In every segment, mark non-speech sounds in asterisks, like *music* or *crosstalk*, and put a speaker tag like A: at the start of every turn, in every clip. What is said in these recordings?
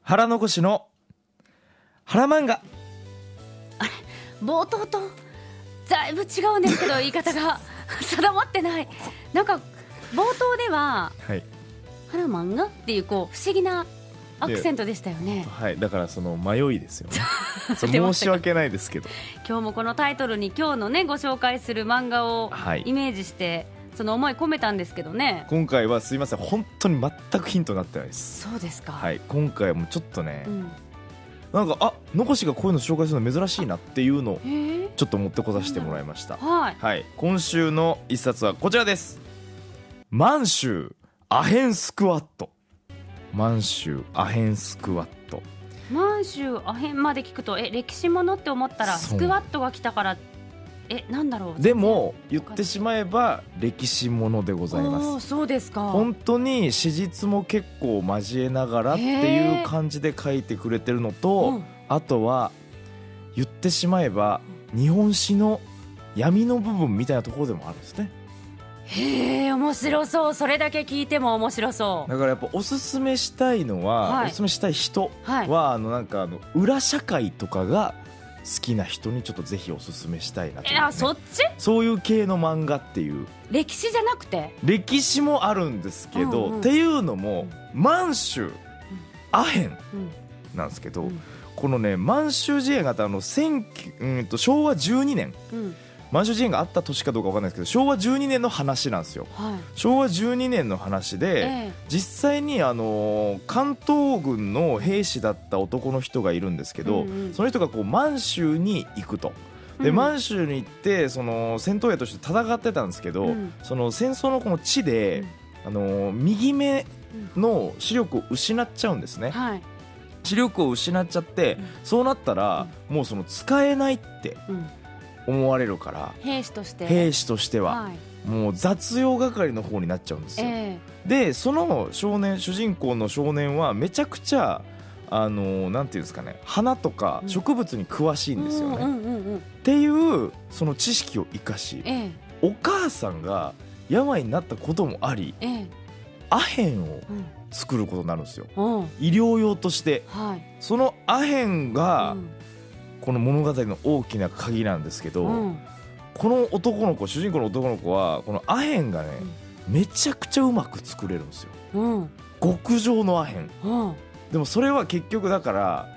A: 腹残しの腹漫画
B: 冒頭とだいぶ違うんですけど言い方が *laughs* 定まってないなんか冒頭では
A: はい、
B: 「ハラマンが?」っていうこう不思議なアクセントでしたよね
A: はい、だからその迷いです *laughs* よねそう
B: 出ま
A: 申
B: した
A: し訳ないですけど
B: 今日もこのタイトルに今日のねご紹介する漫画を
A: はい
B: イメージして、その思い込めたんですけどね
A: 今回はすいません本当に全くヒントになってないです
B: そうですか、
A: はい今回はもうちょっとね、
B: うん、
A: なんかあ残しがこういうの紹介するの珍しいなっていうのを
B: へえ
A: ちょっと持ってこさせてもらいました
B: はい
A: はい今週の一冊はこちらです満州アヘンスクワット満州アヘンスクワット
B: 満州アヘンまで聞くとえ歴史ものって思ったら
A: そう
B: スクワットが来たからえなんだろう
A: でも言ってしまえば歴史ものでございます
B: おーそうですか
A: 本当に史実も結構交えながらっていう感じで書いてくれてるの
B: う
A: と
B: ん
A: あとは言ってしまえば日本史の闇の部分みたいなところでもあるんですね
B: へえ面白そうそれだけ聞いても面白そう
A: だからやっぱおすすめしたいのは、
B: はい
A: おすすめしたい人
B: はい
A: はあのなんかあの裏社会とかが好きな人にちょっとぜひおすすめしたいなと
B: い
A: いうね、
B: やそっち
A: そういう系の漫画っていう
B: 歴史じゃなくて
A: 歴史もあるんですけど、
B: うんうん
A: っていうのも満州アヘン
B: うん
A: なんですけど、
B: うん
A: このね満州事変があったあの19うんと昭和12年
B: うん
A: 満州事変があった年かどうかわかんないですけど昭和12年の話なんですよ
B: はい
A: 昭和12年の話で、
B: え
A: 実際にあのー関東軍の兵士だった男の人がいるんですけど、
B: うんうん
A: その人がこう満州に行くと。で
B: うん
A: 満州に行ってその戦闘員として戦ってたんですけど、
B: うん
A: その戦争のこの地で、あのー右目の視力を失っちゃうんですね、
B: えはい
A: 視力を失っちゃって、
B: うん
A: そうなったら、もうその使えないって
B: うん
A: 思われるから
B: 兵士として
A: 兵士としては、
B: はい
A: もう雑用係の方になっちゃうんですよ、
B: え
A: でその少年主人公の少年はめちゃくちゃあのなんていうんですかね花とか
B: うん
A: 植物に詳しい
B: え
A: んですよね、
B: う
A: っ
B: んうんうん
A: ていうその知識を生かし
B: ええ
A: お母さんが病になったこともあり
B: ええ
A: アヘンを
B: うん
A: 作ることになるんですよ
B: うん
A: 医療用として
B: はい
A: そのアヘンが、
B: うん
A: この物語の大きな鍵なんですけど、
B: うん
A: この男の子主人公の男の子はこのアヘンがね、めちゃくちゃうまく作れるんですよ
B: うん
A: 極上のアヘン
B: うん
A: でもそれは結局だから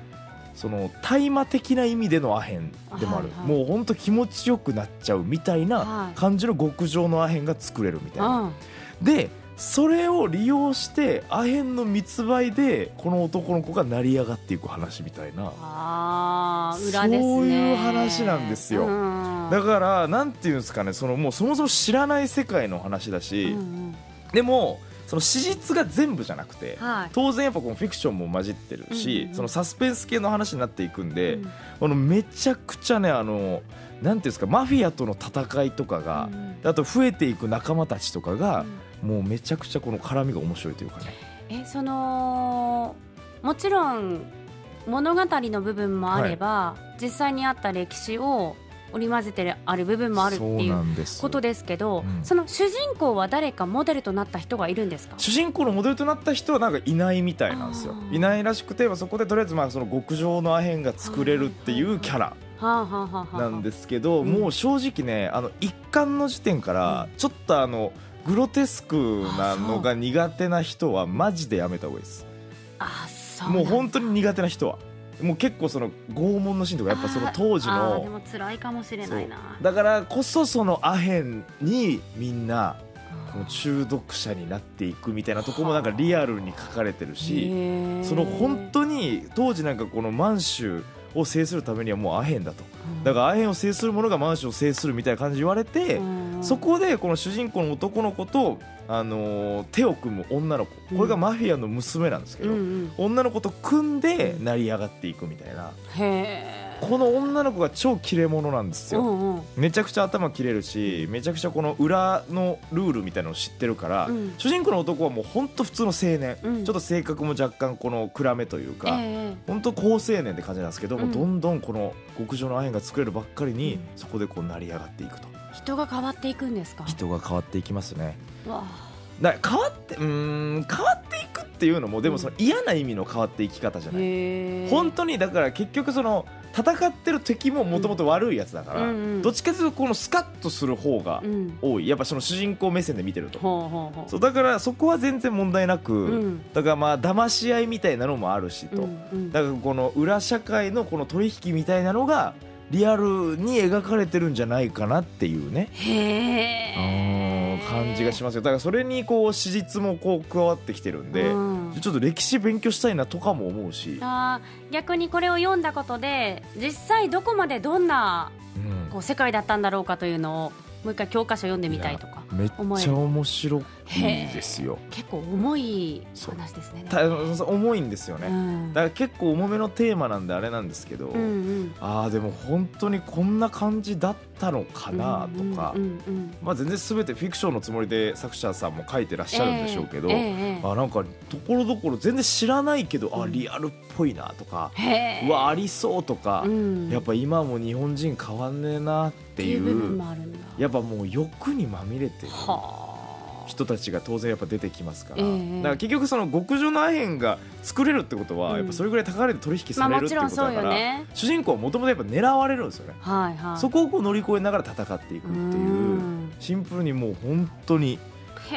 A: その大麻的な意味でのアヘンでもある、
B: はいはい
A: もうほんと気持ちよくなっちゃうみたい
B: は
A: ない感じの極上のアヘンが作れるみたいな、
B: うん
A: でそれを利用してアヘンの密売でこの男の子が成り上がっていく話みたいな
B: ああ裏ですね
A: そういう話なんですよ
B: うん
A: だからなんていうんですかねそのもうそもそも知らない世界の話だし、
B: うんうん
A: でもその史実が全部じゃなくて
B: はい
A: 当然やっぱこのフィクションも混じってるし、
B: うんうんうん
A: そのサスペンス系の話になっていくんで、
B: うん
A: このめちゃくちゃねあのなんていうんですかマフィアとの戦いとかが、
B: うん
A: あと増えていく仲間たちとかが
B: う、ん
A: もうめちゃくちゃこの絡みが面白いというかね
B: えそのもちろん物語の部分もあれば、実際にあった歴史を織り交ぜてある部分もあるって
A: そう
B: い
A: な
B: うん
A: です
B: ことですけど、
A: うん
B: その主人公は誰かモデルとなった人がいるんですか
A: 主人公のモデルとなった人はなんかいないみたいなんですよ
B: あー
A: いないらしくてまあそこでとりあえずまあその極上のアヘンが作れるっていうキャラ
B: はあ、はあはあはあ、
A: なんですけど、
B: うん
A: もう正直ねあの一巻の時点からちょっとあのグロテスクなのが苦手な人はマジでやめた方がいいです
B: あそう
A: もう
B: なん
A: 本当に苦手な人はもう結構その拷問のシーンとかやっぱその当時
B: あーで
A: の
B: も辛いかもしれないな
A: そうだからこそそのアヘンにみんなこの中毒者になっていくみたいなとこもなんかリアルに書かれてるし、その本当に当時なんかこの満州を制するためにはもうアヘンだとだか
B: か
A: らアヘンを制する者が満州を制するみたいな感じで言われて、そこでこの主人公の男の子と、あのー手を組む女の子これがマフィアの娘なんですけ
B: う
A: ど、
B: んうん、
A: 女の子と組んで成り上がっていくみたいな
B: へえ
A: この女の子が超切れ者なんです
B: う
A: よ。
B: んうん
A: めちゃくちゃ頭切れるしめちゃくちゃこの裏のルールみたいなのを知ってるから、
B: うん
A: 主人公の男はもうほんと普通の青年、
B: うん
A: ちょっと性格も若干この暗めというか、
B: え
A: 本当好青年って感じなんですけど、もううんどんどんこの極上のアヘンが作れるばっかりに、
B: うん
A: そこでこう成り上がっていくと
B: え人が変わっていくんですか
A: 人が変わっていきますね
B: わあ
A: だから変わってうーん変わっていくっっていうのもでもその嫌な意味の変わっていき方じゃない
B: へー
A: 本当にだから結局その戦ってる敵ももともと悪いやつだから、
B: うんうん
A: どっちかというとこのスカッとする方が
B: うん
A: 多いやっぱその主人公目線で見てると
B: ほうほうほう
A: そうだからそこは全然問題なく、
B: ん
A: だからまあ騙し合いみたいなのもあるしと、
B: うんうん
A: だからこの裏社会のこの取引みたいなのがリアルに描かれてるんじゃないかなっていうね、
B: へえ
A: うん感じがしますよだからそれにこう史実もこう加わってきてるんで、
B: うん
A: ちょっと歴史勉強したいなとかも思うし、
B: あー逆にこれを読んだことで実際どこまでどんな
A: うん
B: こう世界だったんだろうかというのをもう一回教科書読んでみたいとか
A: めっちゃ面白いですよ
B: 結構重い
A: そう
B: 話ですね
A: た重いんですよね、
B: う
A: だ
B: ん
A: から結構重めのテーマなんであれなんですけど、
B: うんうん
A: ああでも本当にこんな感じだったのかなとか、
B: うんうんうん
A: まあ、全然全てフィクションのつもりで作者さんも書いてらっしゃるんでしょうけど、
B: えええ
A: あなんかところどころ全然知らないけど、
B: う
A: あ
B: ん
A: リアルっぽいなとか、
B: えへえ
A: うわありそうとか、
B: うん
A: やっぱ今も日本人変わんねえなっ
B: って
A: てい
B: 部分
A: う
B: もあるんだ
A: やっぱもう欲にまみれてる
B: はあ
A: 人たちが当然やっぱ出てきますから、
B: ええ
A: だから結局その極上のアヘンが作れるってことは、
B: うん
A: やっぱそれぐらい高値で取引
B: ま
A: さ
B: あ
A: れ
B: も
A: るって
B: ち
A: いう
B: ろ
A: こ
B: ん
A: と
B: そ
A: だ
B: う
A: か
B: よ
A: ら、
B: ね
A: 主人公はもともとやっぱ狙われるんですよね、
B: はいはい
A: そこをこう乗り越えながら戦っていくっていう、
B: うん
A: シンプルにもう本当に
B: へ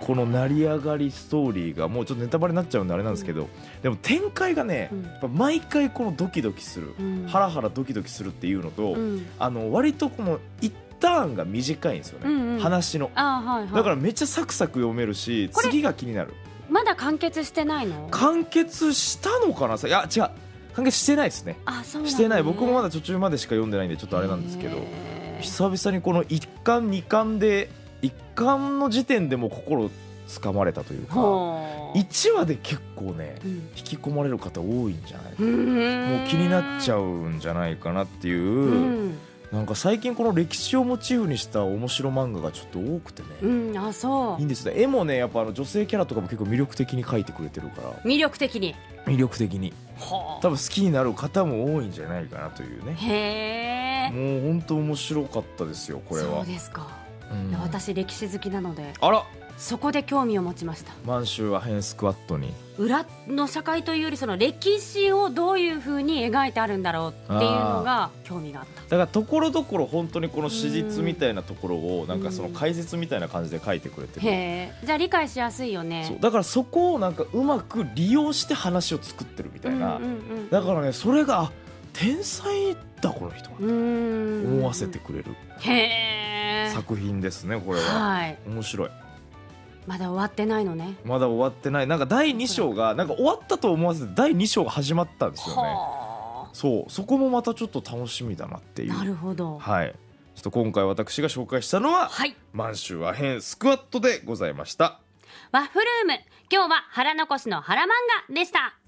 B: え
A: この成り上がりストーリーがもうちょっとネタバレになっちゃうんであれなんですけど、でも展開がね、
B: うん
A: やっぱ毎回このドキドキする、
B: うん
A: ハラハラドキドキするっていうのと、
B: うん
A: あの割とこの一ターンが短いんですよね、
B: うんうん
A: 話の
B: あーはいはい
A: だからめっちゃサクサク読めるし
B: これ
A: 次が気になる
B: まだ完結してないの
A: 完結したのかなさいや違う完結してないですね
B: あそうなんだね
A: してない僕もまだ途中までしか読んでないんでちょっとあれなんですけど
B: へー
A: 久々にこの1巻2巻で1巻の時点でもう心つかまれたというか
B: ほう
A: 1話で結構ね
B: うん
A: 引き込まれる方多いんじゃない
B: も
A: もう気になっちゃうんじゃないかなっていう、
B: うん、
A: なんか最近この歴史をモチーフにした面白漫画がちょっと多くてね、
B: うん、あそ
A: いいんですね絵もねやっぱあの女性キャラとかも結構魅力的に描いてくれてるから
B: う魅力的に
A: 魅力的に
B: は
A: 多分好きになる方も多いんじゃないかなというね
B: あへえ
A: もう本当面白かったですよこれ
B: そ
A: は
B: う、ですか、
A: うん
B: いや私歴史好きなので
A: あら
B: そこで興味を持ちました
A: 満州アヘンスクワットに
B: 裏の社会というよりその歴史をどういうふうに描いてあるんだろうっていうのが興味があった
A: だからところどころ本当にこの史実みたいなところをなんかその解説みたいな感じで書いてくれてる
B: へえじゃあ理解しやすいよね
A: そうだからそこをなんかうまく利用して話を作ってるみたいな、
B: うんうん
A: だからねそれがあ天才だこの人は
B: うん、うん
A: 思わせてくれる
B: へえ
A: 作品ですねこれは
B: はい
A: 面白い
B: まだ終わってないのね
A: まだ終わってないなんか第2章がなんか終わったと思わせて第2章が始まったんですよね
B: は
A: そうそこもまたちょっと楽しみだなって
B: あ
A: い
B: な
A: う
B: るほど
A: はいちょっと今回私が紹介したのは
B: はい
A: 満州アヘンスクワットでございました
B: ワッフルーム今日は腹残しの腹漫画でした